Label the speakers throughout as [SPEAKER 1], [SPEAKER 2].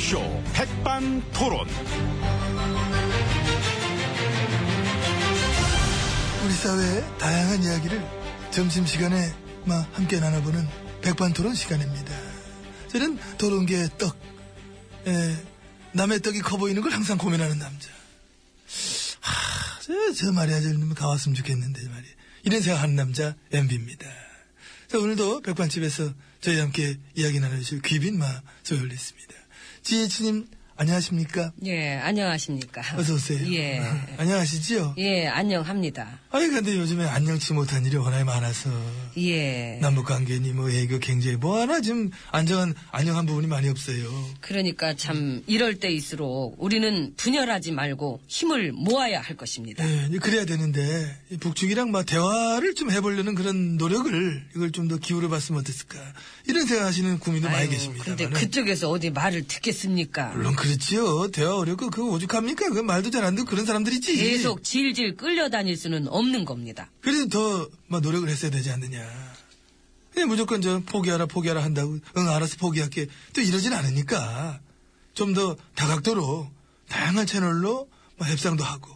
[SPEAKER 1] 쇼 백반 토론.
[SPEAKER 2] 우리 사회의 다양한 이야기를 점심시간에 막 함께 나눠보는 백반토론 시간입니다. 저는 도롱개 떡, 에, 남의 떡이 커 보이는 걸 항상 고민하는 남자. 하, 저, 저 말이야, 저놈 가왔으면 좋겠는데, 이 말이야. 이런 생각하는 남자, MB입니다. 자, 오늘도 백반집에서 저희와 함께 이야기 나눠주실 귀빈 마 소열리스입니다. 지혜치님, 안녕하십니까?
[SPEAKER 3] 예, 안녕하십니까.
[SPEAKER 2] 어서오세요. 아.
[SPEAKER 3] 예.
[SPEAKER 2] 안녕하시지요?
[SPEAKER 3] 예, 안녕합니다.
[SPEAKER 2] 아니 근데 요즘에 안녕치 못한 일이 워낙 많아서
[SPEAKER 3] 예.
[SPEAKER 2] 남북 관계니 뭐 애교 경제 뭐 하나 지금 안정한 안녕한 부분이 많이 없어요.
[SPEAKER 3] 그러니까 참 이럴 때일수록 우리는 분열하지 말고 힘을 모아야 할 것입니다.
[SPEAKER 2] 예, 이제 그래야 되는데 이 북측이랑 막 대화를 좀 해보려는 그런 노력을 이걸 좀 더 기울여 봤으면 어땠을까 이런 생각하시는 국민도 많이
[SPEAKER 3] 아유,
[SPEAKER 2] 계십니다.
[SPEAKER 3] 근데 그쪽에서 어디 말을 듣겠습니까?
[SPEAKER 2] 물론 그렇지요. 대화 어렵고 그거 오죽합니까? 그 말도 잘 안 듣고 그런 사람들이지.
[SPEAKER 3] 계속 질질 끌려다닐 수는 없는 겁니다.
[SPEAKER 2] 그래도 더막 노력을 했어야 되지 않느냐. 그냥 무조건 저 포기하라 포기하라 한다고 응 알아서 포기할게 또 이러진 않으니까 좀 더 다각도로 다양한 채널로 뭐 협상도 하고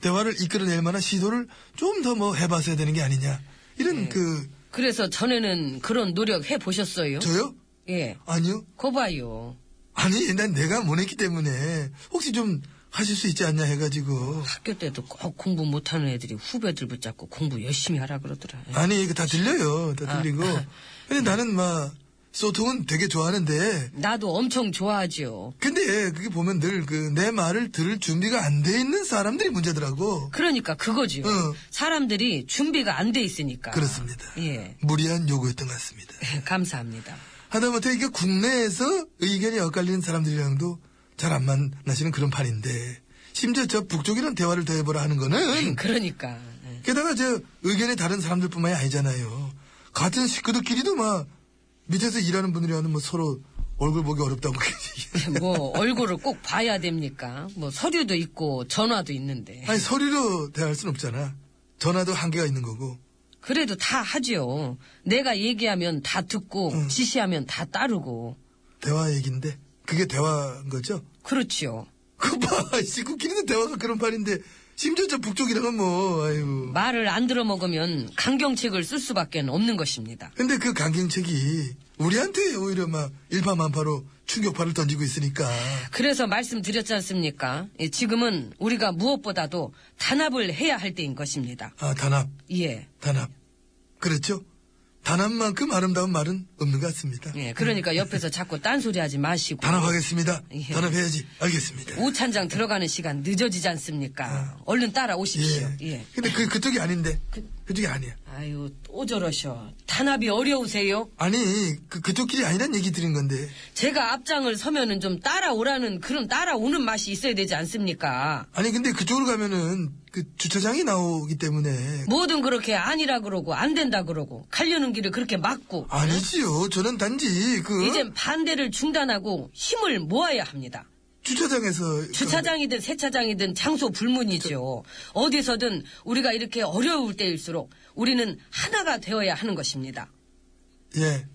[SPEAKER 2] 대화를 이끌어낼 만한 시도를 좀 더 뭐 해봤어야 되는 게 아니냐 이런 그
[SPEAKER 3] 그래서 전에는 그런 노력 해 보셨어요?
[SPEAKER 2] 저요
[SPEAKER 3] 예.
[SPEAKER 2] 아니요
[SPEAKER 3] 거봐요.
[SPEAKER 2] 아니 난 내가 못했기 때문에 혹시 좀 하실 수 있지 않냐 해가지고
[SPEAKER 3] 학교 때도 꼭 공부 못하는 애들이 후배들 붙잡고 공부 열심히 하라 그러더라. 예.
[SPEAKER 2] 아니 이거 다 들려요 다 들리고 근데 나는 막 소통은 되게 좋아하는데
[SPEAKER 3] 나도 엄청 좋아하지요.
[SPEAKER 2] 근데 그게 보면 늘 그 내 말을 들을 준비가 안 돼 있는 사람들이 문제더라고.
[SPEAKER 3] 그러니까 그거지요.
[SPEAKER 2] 어.
[SPEAKER 3] 사람들이 준비가 안 돼 있으니까.
[SPEAKER 2] 그렇습니다.
[SPEAKER 3] 예.
[SPEAKER 2] 무리한 요구였던 것 같습니다.
[SPEAKER 3] 감사합니다.
[SPEAKER 2] 하다못해 이게 국내에서 의견이 엇갈리는 사람들이랑도 잘 안 만나시는 그런 판인데 심지어 저 북쪽이랑 대화를 더 해보라 하는 거는
[SPEAKER 3] 그러니까. 예.
[SPEAKER 2] 게다가 저 의견이 다른 사람들뿐만이 아니잖아요. 같은 식구들끼리도 막 밑에서 일하는 분들이와는 뭐 서로 얼굴 보기 어렵다고
[SPEAKER 3] 뭐 얼굴을 꼭 봐야 됩니까? 뭐 서류도 있고 전화도 있는데.
[SPEAKER 2] 아니 소리로 대화할 순 없잖아. 전화도 한계가 있는 거고
[SPEAKER 3] 그래도 다 하지요. 내가 얘기하면 다 듣고 지시하면 다 따르고.
[SPEAKER 2] 대화 얘기인데 그게 대화인 거죠?
[SPEAKER 3] 그렇지요.
[SPEAKER 2] 그봐 식구끼리는 대화가 그런 판인데 심지어 저 북쪽이랑은 뭐 아유
[SPEAKER 3] 말을 안 들어먹으면 강경책을 쓸 수밖에 없는 것입니다.
[SPEAKER 2] 근데 그 강경책이 우리한테 오히려 막 일파만파로 충격파를 던지고 있으니까
[SPEAKER 3] 그래서 말씀드렸지 않습니까? 예, 지금은 우리가 무엇보다도 단합을 해야 할 때인 것입니다.
[SPEAKER 2] 아 단합
[SPEAKER 3] 예.
[SPEAKER 2] 단합 그렇죠 단합만큼 아름다운 말은 없는 것 같습니다 음.
[SPEAKER 3] 예, 그러니까 옆에서 자꾸 딴소리 하지 마시고.
[SPEAKER 2] 단합하겠습니다
[SPEAKER 3] 예.
[SPEAKER 2] 단합해야지 알겠습니다
[SPEAKER 3] 오찬장 들어가는 시간 늦어지지 않습니까? 얼른 따라오십시오.
[SPEAKER 2] 아. 예.
[SPEAKER 3] 예.
[SPEAKER 2] 근데 그 그쪽이 아닌데 그, 쪽이 아니야
[SPEAKER 3] 아유, 또 저러셔. 단합이 어려우세요?
[SPEAKER 2] 아니 그 그쪽끼리 아니란 얘기 들은 건데
[SPEAKER 3] 제가 앞장을 서면은 좀 따라오라는, 그런 따라오는 맛이 있어야 되지 않습니까?
[SPEAKER 2] 아니 근데 그쪽으로 가면은 그 주차장이 나오기 때문에
[SPEAKER 3] 뭐든 그렇게 아니라 그러고, 안 된다 그러고, 가려는 길을 그렇게 막고,
[SPEAKER 2] 아니지요. 저는 단지 그
[SPEAKER 3] 이젠 반대를 중단하고 힘을 모아야 합니다.
[SPEAKER 2] 주차장에서
[SPEAKER 3] 주차장이든 세차장이든 장소 불문이죠. 어디서든 우리가 이렇게 어려울 때일수록 우리는 하나가 되어야 하는 것입니다.
[SPEAKER 2] 예.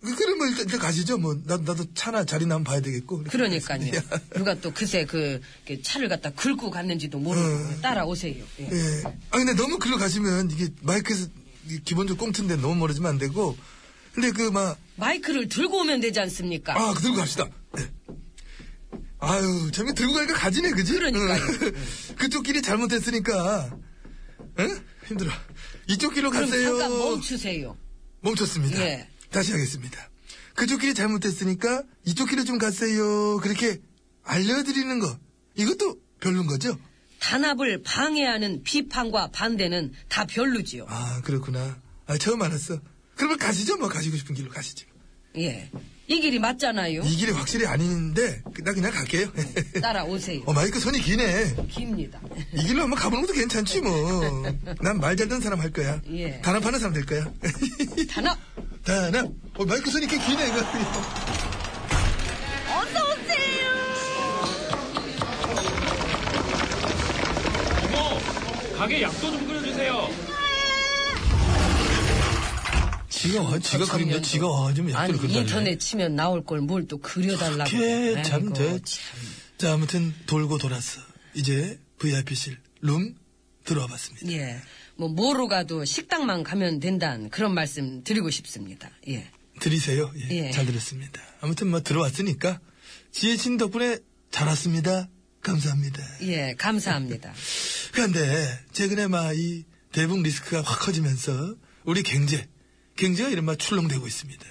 [SPEAKER 2] 그- 그러면 일단, 일단 가시죠. 뭐 나, 나도 차나 자리나 한번 봐야 되겠고.
[SPEAKER 3] 그러니까요. 누가 또 그새 그, 그 차를 갖다 긁고 갔는지도 모르고
[SPEAKER 2] 음.
[SPEAKER 3] 따라오세요. 예.
[SPEAKER 2] 예. 아 근데 너무 글로 가시면 이게 마이크에서 이게 기본적으로 꽁트인데 너무 멀어지면 안 되고. 근데 그막
[SPEAKER 3] 마이크를 들고 오면 되지 않습니까?
[SPEAKER 2] 아, 그 들고 갑시다. 네. 아유, 저기 들고 가니까 가지네, 그지?
[SPEAKER 3] 그러니까요.
[SPEAKER 2] 응. 그쪽 길이 잘못했으니까. 응? 힘들어. 이쪽 길로
[SPEAKER 3] 그럼 뭐
[SPEAKER 2] 가세요.
[SPEAKER 3] 잠깐 멈추세요.
[SPEAKER 2] 멈췄습니다.
[SPEAKER 3] 예.
[SPEAKER 2] 다시 하겠습니다. 그쪽 길이 잘못됐으니까 이쪽 길로 좀 갔어요. 그렇게 알려드리는 거. 이것도 별론 거죠?
[SPEAKER 3] 단합을 방해하는 비판과 반대는 다 별로지요.
[SPEAKER 2] 아, 그렇구나. 아, 처음 알았어. 그러면 가시죠. 뭐 가시고 싶은 길로 가시죠.
[SPEAKER 3] 예. 이 길이 맞잖아요.
[SPEAKER 2] 이 길이 확실히 아닌데 그- 나 그냥 갈게요.
[SPEAKER 3] 따라오세요.
[SPEAKER 2] 어, 마이크 손이 기네.
[SPEAKER 3] 깁니다.
[SPEAKER 2] 이 길로 한번 가보는 것도 괜찮지 뭐. 난 말 잘 듣는 사람 할 거야.
[SPEAKER 3] 예.
[SPEAKER 2] 단합하는 사람 될 거야.
[SPEAKER 3] 단합!
[SPEAKER 2] 단합. 어, 마이크 손이 이렇게 기네 이거. 아,
[SPEAKER 4] 가게 약도 좀 끓여주세요.
[SPEAKER 2] 지가 와, 지가 그린 거 지가 와, 좀 약도를
[SPEAKER 3] 아니
[SPEAKER 2] 그려달래.
[SPEAKER 3] 인터넷 치면 나올 걸 뭘 또 그려달라고.
[SPEAKER 2] 그래,
[SPEAKER 3] 네, 아이고,
[SPEAKER 2] 참, 돼.
[SPEAKER 3] 참.
[SPEAKER 2] 자, 아무튼 돌고 돌았어. 이제 VIP실 룸 들어와 봤습니다.
[SPEAKER 3] 예. 뭐 뭐로 가도 식당만 가면 된다는 그런 말씀 드리고 싶습니다. 예.
[SPEAKER 2] 들이세요. 예,
[SPEAKER 3] 예.
[SPEAKER 2] 잘 들었습니다. 아무튼 뭐 들어왔으니까 지혜진 덕분에 잘 왔습니다. 감사합니다.
[SPEAKER 3] 예, 감사합니다.
[SPEAKER 2] 그런데 최근에 막 이 대북 리스크가 확 커지면서 우리 경제, 경제가 이른바 출렁대고 있습니다.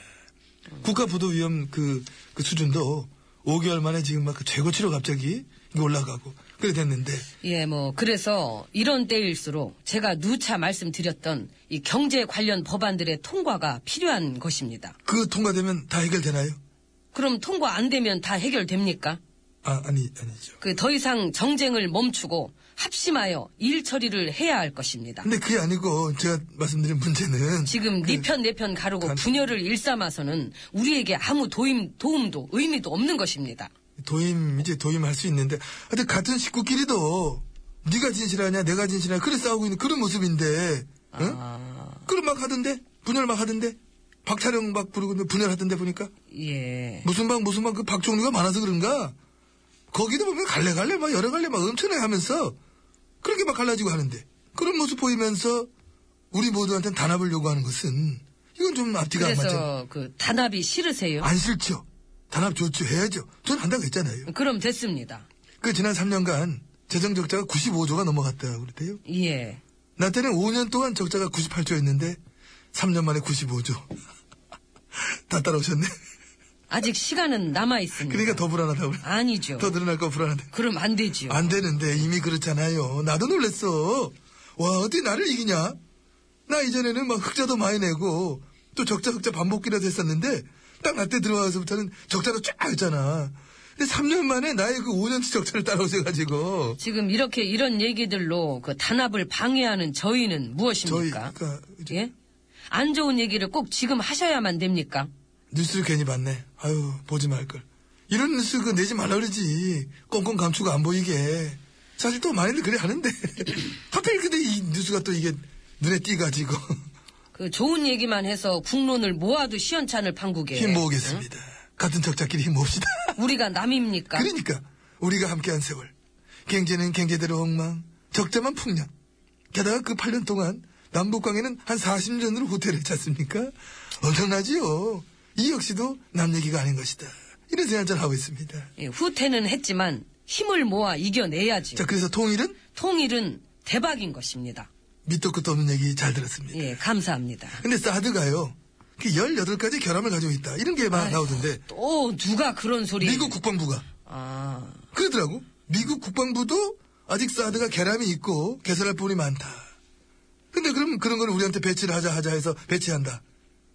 [SPEAKER 2] 국가 부도 위험 그, 그 수준도 5개월 만에 지금 막그 최고치로 갑자기 이게 올라가고 그래 됐는데
[SPEAKER 3] 예, 뭐 그래서 이런 때일수록 제가 누차 말씀드렸던 이 경제 관련 법안들의 통과가 필요한 것입니다.
[SPEAKER 2] 그 통과되면 다 해결되나요?
[SPEAKER 3] 그럼 통과 안 되면 다 해결됩니까?
[SPEAKER 2] 아, 아니, 아니죠.
[SPEAKER 3] 그 더 이상 정쟁을 멈추고 합심하여 일 처리를 해야 할 것입니다.
[SPEAKER 2] 근데 그게 아니고 제가 말씀드린 문제는
[SPEAKER 3] 지금 네 편 내 편 가르고
[SPEAKER 2] 간-
[SPEAKER 3] 분열을 일삼아서는 우리에게 아무 도움, 도움도 의미도 없는 것입니다.
[SPEAKER 2] 도임 이제 도임할 수 있는데 하여튼 같은 식구끼리도 네가 진실하냐 내가 진실하냐 그래 싸우고 있는 그런 모습인데 응?
[SPEAKER 3] 아.
[SPEAKER 2] 그럼 막 하던데 분열 막 하던데 박차령 막 부르고 분열하던데 보니까
[SPEAKER 3] 예.
[SPEAKER 2] 무슨 방 무슨 방 그 박종류가 많아서 그런가 거기도 보면 갈래갈래 막 여러 갈래 막 엄청나게 하면서 그렇게 막 갈라지고 하는데 그런 모습 보이면서 우리 모두한테 단합을 요구하는 것은 이건 좀 앞뒤가 안 맞죠
[SPEAKER 3] 그래서 그 단합이 싫으세요?
[SPEAKER 2] 안 싫죠 단합 좋죠 해야죠 전 한다고 했잖아요
[SPEAKER 3] 그럼 됐습니다.
[SPEAKER 2] 그 지난 3년간 재정 적자가 95조가 넘어갔다고 그랬대요.
[SPEAKER 3] 예.
[SPEAKER 2] 나 때는 5년 동안 적자가 98조였는데 3년 만에 95조. 다 따라오셨네.
[SPEAKER 3] 아직 시간은 남아 있습니다.
[SPEAKER 2] 그러니까 더 불안하다고. 그래.
[SPEAKER 3] 아니죠.
[SPEAKER 2] 더 아. 늘어날 거 불안한데.
[SPEAKER 3] 그럼 안 되지요.
[SPEAKER 2] 안 되는데 이미 그렇잖아요. 나도 놀랬어. 와 어떻게 나를 이기냐? 나 이전에는 막 흑자도 많이 내고 또 적자 흑자 반복기라도 했었는데 딱 나 때 들어와서부터는 적자로 쫙 했잖아. 근데 3년 만에 나의 그 5년치 적자를 따라오셔가지고
[SPEAKER 3] 지금 이렇게 이런 얘기들로 그 단합을 방해하는 저희는
[SPEAKER 2] 저희
[SPEAKER 3] 무엇입니까?
[SPEAKER 2] 그러니까 이제
[SPEAKER 3] 예? 안 좋은 얘기를 꼭 지금 하셔야만 됩니까?
[SPEAKER 2] 뉴스를 괜히 봤네. 아유, 보지 말걸. 이런 뉴스 그 내지 말라 그러지. 꽁꽁 감추고 안 보이게. 사실 또 많이들 그래 하는데. 하필 근데 이 뉴스가 또 이게 눈에 띄가지고
[SPEAKER 3] 그 좋은 얘기만 해서 국론을 모아도 시원찮을 판국에
[SPEAKER 2] 힘 모으겠습니다. 같은 적자끼리 힘 모읍시다.
[SPEAKER 3] 우리가 남입니까?
[SPEAKER 2] 그러니까 우리가 함께한 세월. 경제는 경제대로 엉망, 적자만 풍년. 게다가 그 8년 동안 남북관계는 한 40년으로 후퇴를 했지 않습니까? 엄청나지요. 이 역시도 남 얘기가 아닌 것이다. 이런 생각을 잘 하고 있습니다.
[SPEAKER 3] 예, 후퇴는 했지만 힘을 모아 이겨내야지.
[SPEAKER 2] 자, 그래서 통일은
[SPEAKER 3] 통일은 대박인 것입니다.
[SPEAKER 2] 밑도 끝도 없는 얘기 잘 들었습니다.
[SPEAKER 3] 예, 감사합니다.
[SPEAKER 2] 근데 사드가요, 그 18가지 결함을 가지고 있다. 이런 게 막 나오던데,
[SPEAKER 3] 또 누가 그런 소리?
[SPEAKER 2] 미국 국방부가.
[SPEAKER 3] 아,
[SPEAKER 2] 그러더라고. 미국 국방부도 아직 사드가 결함이 있고 개선할 부분이 많다. 근데 그럼 그런 걸 우리한테 배치를 하자 하자 해서 배치한다.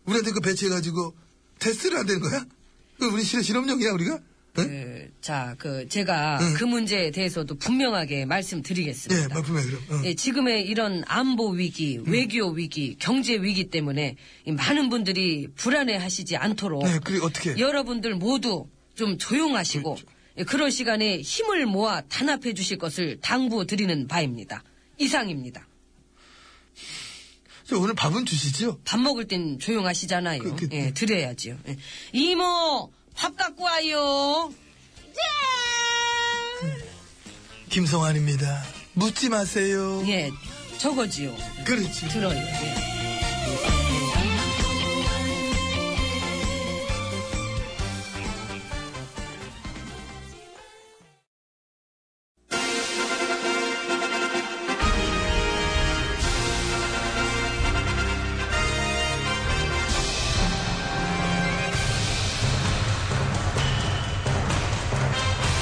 [SPEAKER 2] 우리한테 그 배치해가지고 테스트를 안 되는 거야? 그 우리 실험, 실험용이야, 우리가? 응?
[SPEAKER 3] 그, 자, 그 제가
[SPEAKER 2] 응.
[SPEAKER 3] 그 문제에 대해서도 분명하게 말씀드리겠습니다.
[SPEAKER 2] 예, 말품에 그럼. 응.
[SPEAKER 3] 예, 지금의 이런 안보 위기, 외교 위기, 경제 위기 때문에 이 많은 분들이 불안해하시지 않도록
[SPEAKER 2] 네, 그리고 어떻게?
[SPEAKER 3] 뭐. 여러분들 모두 좀 조용하시고 예, 그럴 시간에 힘을 모아 단합해 주실 것을 당부드리는 바입니다. 이상입니다.
[SPEAKER 2] 저 오늘 밥은 주시죠?
[SPEAKER 3] 밥 먹을 땐 조용하시잖아요.
[SPEAKER 2] 그, 그, 그.
[SPEAKER 3] 예, 드려야지요. 예. 이모 밥 갖고 와요.
[SPEAKER 2] 김성환입니다. 묻지 마세요.
[SPEAKER 3] 예, 저거지요.
[SPEAKER 2] 그렇지.
[SPEAKER 3] 들어요. 예.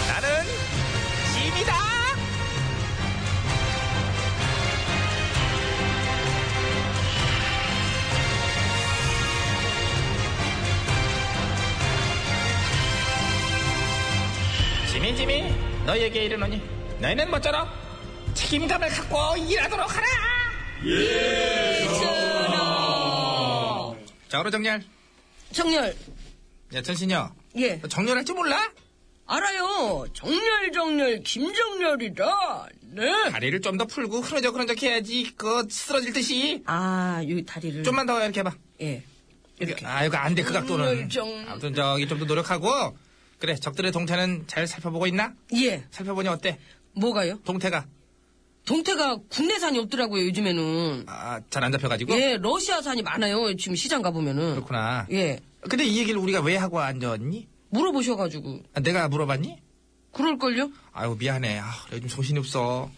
[SPEAKER 1] 나는 짐이다. 짐이 짐이 너에게 이르노니 너희는 모쪼록 책임감을 갖고 일하도록 하라. 예, 자, 오로 정렬.
[SPEAKER 3] 정렬,
[SPEAKER 1] 야, 전신여.
[SPEAKER 3] 예.
[SPEAKER 1] 너 정렬할 줄 몰라?
[SPEAKER 3] 알아요. 정렬, 정렬, 김정렬이다. 네.
[SPEAKER 1] 다리를 좀 더 풀고 흐느적 흐느적 해야지 그 쓰러질 듯이
[SPEAKER 3] 아, 요 다리를.
[SPEAKER 1] 좀만 더 이렇게 해봐
[SPEAKER 3] 예. 이렇게.
[SPEAKER 1] 아, 이거 안 돼, 그 각도는.
[SPEAKER 3] 음, 좀.
[SPEAKER 1] 아무튼 저기 좀 더 노력하고. 그래, 적들의 동태는 잘 살펴보고 있나?
[SPEAKER 3] 예.
[SPEAKER 1] 살펴보니 어때?
[SPEAKER 3] 뭐가요?
[SPEAKER 1] 동태가.
[SPEAKER 3] 동태가 국내산이 없더라고요, 요즘에는.
[SPEAKER 1] 아, 잘 안 잡혀가지고.
[SPEAKER 3] 예, 러시아산이 많아요. 지금 시장 가보면은.
[SPEAKER 1] 그렇구나.
[SPEAKER 3] 예.
[SPEAKER 1] 근데 이 얘기를 우리가 왜 하고 앉았니?
[SPEAKER 3] 물어보셔가지고.
[SPEAKER 1] 아, 내가 물어봤니?
[SPEAKER 3] 그럴걸요?
[SPEAKER 1] 아유, 미안해. 아, 요즘 정신이 없어.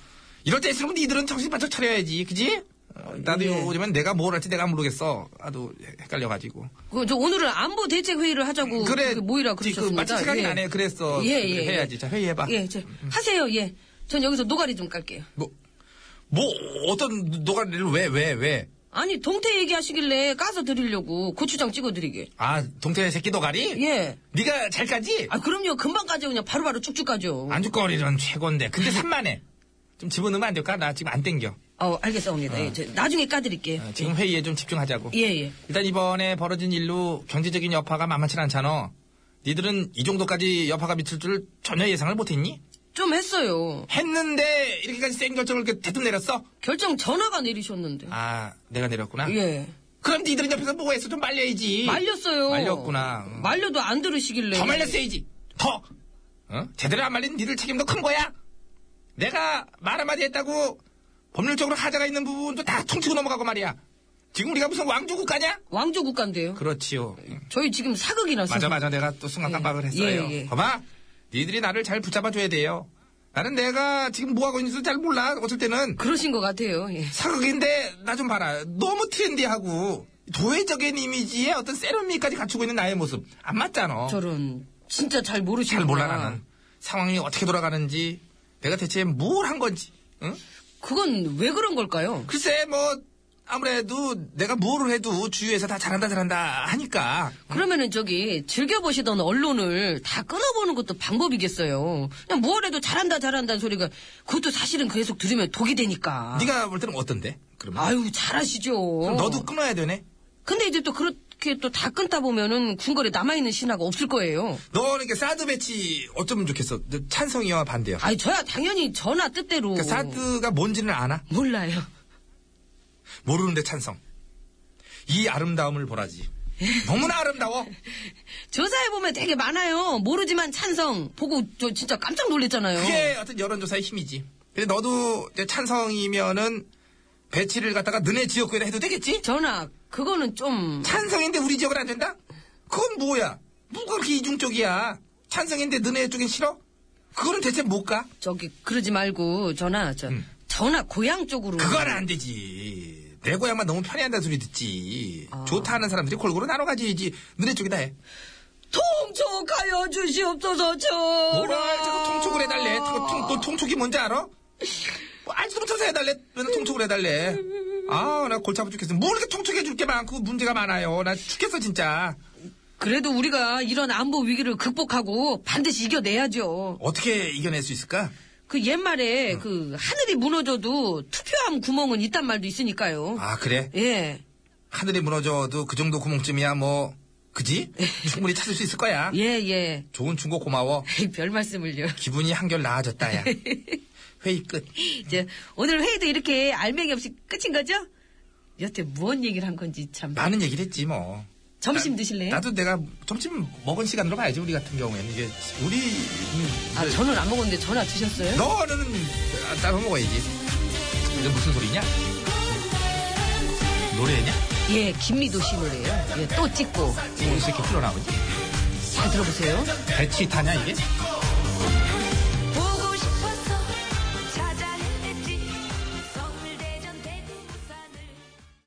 [SPEAKER 1] 이럴 때일수록 니들은 정신 바짝 차려야지, 그지? 어, 나도
[SPEAKER 3] 예.
[SPEAKER 1] 요즘엔 내가 뭘 할지 내가 모르겠어. 나도 헷갈려가지고.
[SPEAKER 3] 그, 저 오늘은 안보 대책 회의를 하자고
[SPEAKER 1] 그래,
[SPEAKER 3] 그 모이라
[SPEAKER 1] 지- 그
[SPEAKER 3] 그러셨습니다.
[SPEAKER 1] 마침 생각이 나네. 그랬어.
[SPEAKER 3] 예,
[SPEAKER 1] 그래,
[SPEAKER 3] 예, 예.
[SPEAKER 1] 해야지. 자, 회의해봐.
[SPEAKER 3] 예, 저, 하세요. 예. 전 여기서 노가리 좀 깔게요.
[SPEAKER 1] 뭐, 뭐, 어떤 노가리를 왜, 왜, 왜?
[SPEAKER 3] 아니 동태 얘기하시길래 까서 드리려고 고추장 찍어드리게.
[SPEAKER 1] 아, 동태 새끼 노가리?
[SPEAKER 3] 예.
[SPEAKER 1] 네가 잘 까지?
[SPEAKER 3] 아 그럼요. 금방 까죠. 그냥 바로바로 쭉쭉 까죠.
[SPEAKER 1] 안주거리는 최고인데. 근데 산만해. 좀 집어넣으면 안 될까? 나 지금 안 땡겨.
[SPEAKER 3] 어 알겠습니다.
[SPEAKER 1] 아.
[SPEAKER 3] 예, 저 나중에 까드릴게요.
[SPEAKER 1] 어, 지금 회의에 좀 집중하자고.
[SPEAKER 3] 예 예.
[SPEAKER 1] 일단 이번에 벌어진 일로 경제적인 여파가 만만치 않잖아. 니들은 이 정도까지 여파가 미칠 줄 전혀 예상을 못했니?
[SPEAKER 3] 좀 했어요.
[SPEAKER 1] 했는데 이렇게까지 센 결정을 이렇게 대뜸 내렸어?
[SPEAKER 3] 결정 전화가 내리셨는데.
[SPEAKER 1] 아, 내가 내렸구나.
[SPEAKER 3] 예.
[SPEAKER 1] 그럼 니들은 옆에서 보고 했어. 좀 말려야지.
[SPEAKER 3] 말렸어요. 네.
[SPEAKER 1] 말렸구나. 음.
[SPEAKER 3] 말려도 안 들으시길래.
[SPEAKER 1] 더 말렸어야지. 더. 어? 제대로 안 말린 니들 책임도 큰 거야. 내가 말 한마디 했다고 법률적으로 하자가 있는 부분도 다 통치고 넘어가고 말이야. 지금 우리가 무슨 왕조국가냐?
[SPEAKER 3] 왕조 국가인데요.
[SPEAKER 1] 그렇지요.
[SPEAKER 3] 저희 지금 사극이 나서.
[SPEAKER 1] 맞아 맞아 내가 또 순간 깜빡을
[SPEAKER 3] 예,
[SPEAKER 1] 했어요.
[SPEAKER 3] 예.
[SPEAKER 1] 거봐 니들이 나를 잘 붙잡아줘야 돼요. 나는 내가 지금 뭐하고 있는지 잘 몰라. 어쩔 때는
[SPEAKER 3] 그러신 것 같아요. 예.
[SPEAKER 1] 사극인데 나 좀 봐라. 너무 트렌디하고 도회적인 이미지에 어떤 세련미까지 갖추고 있는 나의 모습 안 맞잖아.
[SPEAKER 3] 저런 진짜 잘 모르시는.
[SPEAKER 1] 잘 어. 몰라 나는 상황이 어떻게 돌아가는지 내가 대체 뭘 한 건지. 응?
[SPEAKER 3] 그건 왜 그런 걸까요?
[SPEAKER 1] 글쎄 뭐 아무래도 내가 뭐를 해도 주위에서 다 잘한다 잘한다 하니까
[SPEAKER 3] 그러면은 저기 즐겨보시던 언론을 다 끊어보는 것도 방법이겠어요. 그냥 뭘 해도 잘한다 잘한다는 소리가 그것도 사실은 계속 들으면 독이 되니까.
[SPEAKER 1] 네가 볼 때는 어떤데? 그러면
[SPEAKER 3] 아. 아유 잘하시죠.
[SPEAKER 1] 그럼 너도 끊어야 되네.
[SPEAKER 3] 근데 이제 또 그렇게 또 다 끊다 보면은 궁궐에 남아있는 신화가 없을 거예요.
[SPEAKER 1] 너는 이렇게 사드 배치 어쩌면 좋겠어. 너 찬성이와 반대야.
[SPEAKER 3] 아니 저야 당연히 전화 뜻대로.
[SPEAKER 1] 그러니까 사드가 뭔지는 아나?
[SPEAKER 3] 몰라요.
[SPEAKER 1] 모르는데 찬성. 이 아름다움을 보라지. 너무나 아름다워.
[SPEAKER 3] 조사해 보면 되게 많아요. 모르지만 찬성 보고 저 진짜 깜짝 놀랐잖아요.
[SPEAKER 1] 그게 어떤 여론조사의 힘이지. 근데 너도 이제 찬성이면은 배치를 갖다가 너네 지역구에다 해도 되겠지?
[SPEAKER 3] 전화 그거는 좀
[SPEAKER 1] 찬성인데 우리 지역은 안 된다? 그건 뭐야? 누가 그렇게 이중적이야? 찬성인데 너네 쪽엔 싫어? 그거는 대체 못 가?
[SPEAKER 3] 저기 그러지 말고 전화 저 전화 고향 쪽으로.
[SPEAKER 1] 음. 그건 안 되지. 내 고향만 너무 편애한다는 소리 듣지. 좋다 하는 사람들이 골고루 나눠 가지야지. 너네 쪽이다 해.
[SPEAKER 3] 통촉하여 주시옵소서 전하.
[SPEAKER 1] 뭐라 자꾸 통촉을 해달래. 통, 통, 너 통촉이 뭔지 알아? 뭐 알지도 못해서 해달래. 맨날 통촉을 해달래. 아, 나 골치 아파 죽겠어. 뭐 이렇게 통촉해줄 게 많고 문제가 많아요. 나 죽겠어, 진짜.
[SPEAKER 3] 그래도 우리가 이런 안보 위기를 극복하고 반드시 이겨내야죠.
[SPEAKER 1] 어떻게 이겨낼 수 있을까?
[SPEAKER 3] 그 옛말에
[SPEAKER 1] 음.
[SPEAKER 3] 그 하늘이 무너져도 투표함 구멍은 있단 말도 있으니까요.
[SPEAKER 1] 아, 그래?
[SPEAKER 3] 예.
[SPEAKER 1] 하늘이 무너져도 그 정도 구멍쯤이야, 뭐. 그지? 충분히 찾을 수 있을 거야.
[SPEAKER 3] 예, 예.
[SPEAKER 1] 좋은 충고 고마워.
[SPEAKER 3] 에이, 별 말씀을요.
[SPEAKER 1] 기분이 한결 나아졌다, 야. 회의 끝.
[SPEAKER 3] 이제 오늘 회의도 이렇게 알맹이 없이 끝인 거죠? 여태 무언 얘기를 한 건지 참.
[SPEAKER 1] 많은 얘기를 했지, 뭐.
[SPEAKER 3] 점심 드실래요?
[SPEAKER 1] 나도 내가 점심 먹은 시간으로 봐야지, 우리 같은 경우에는. 이게, 우리.
[SPEAKER 3] 아, 저는 안 먹었는데 전화 드셨어요?
[SPEAKER 1] 너는 따로 먹어야지. 이게 무슨 소리냐? 노래냐?
[SPEAKER 3] 예, 김미도 씨 노래예요. 예, 또 찍고.
[SPEAKER 1] 이거 이렇게 흘러나오지?
[SPEAKER 3] 잘 들어보세요.
[SPEAKER 1] 배치 타냐 이게?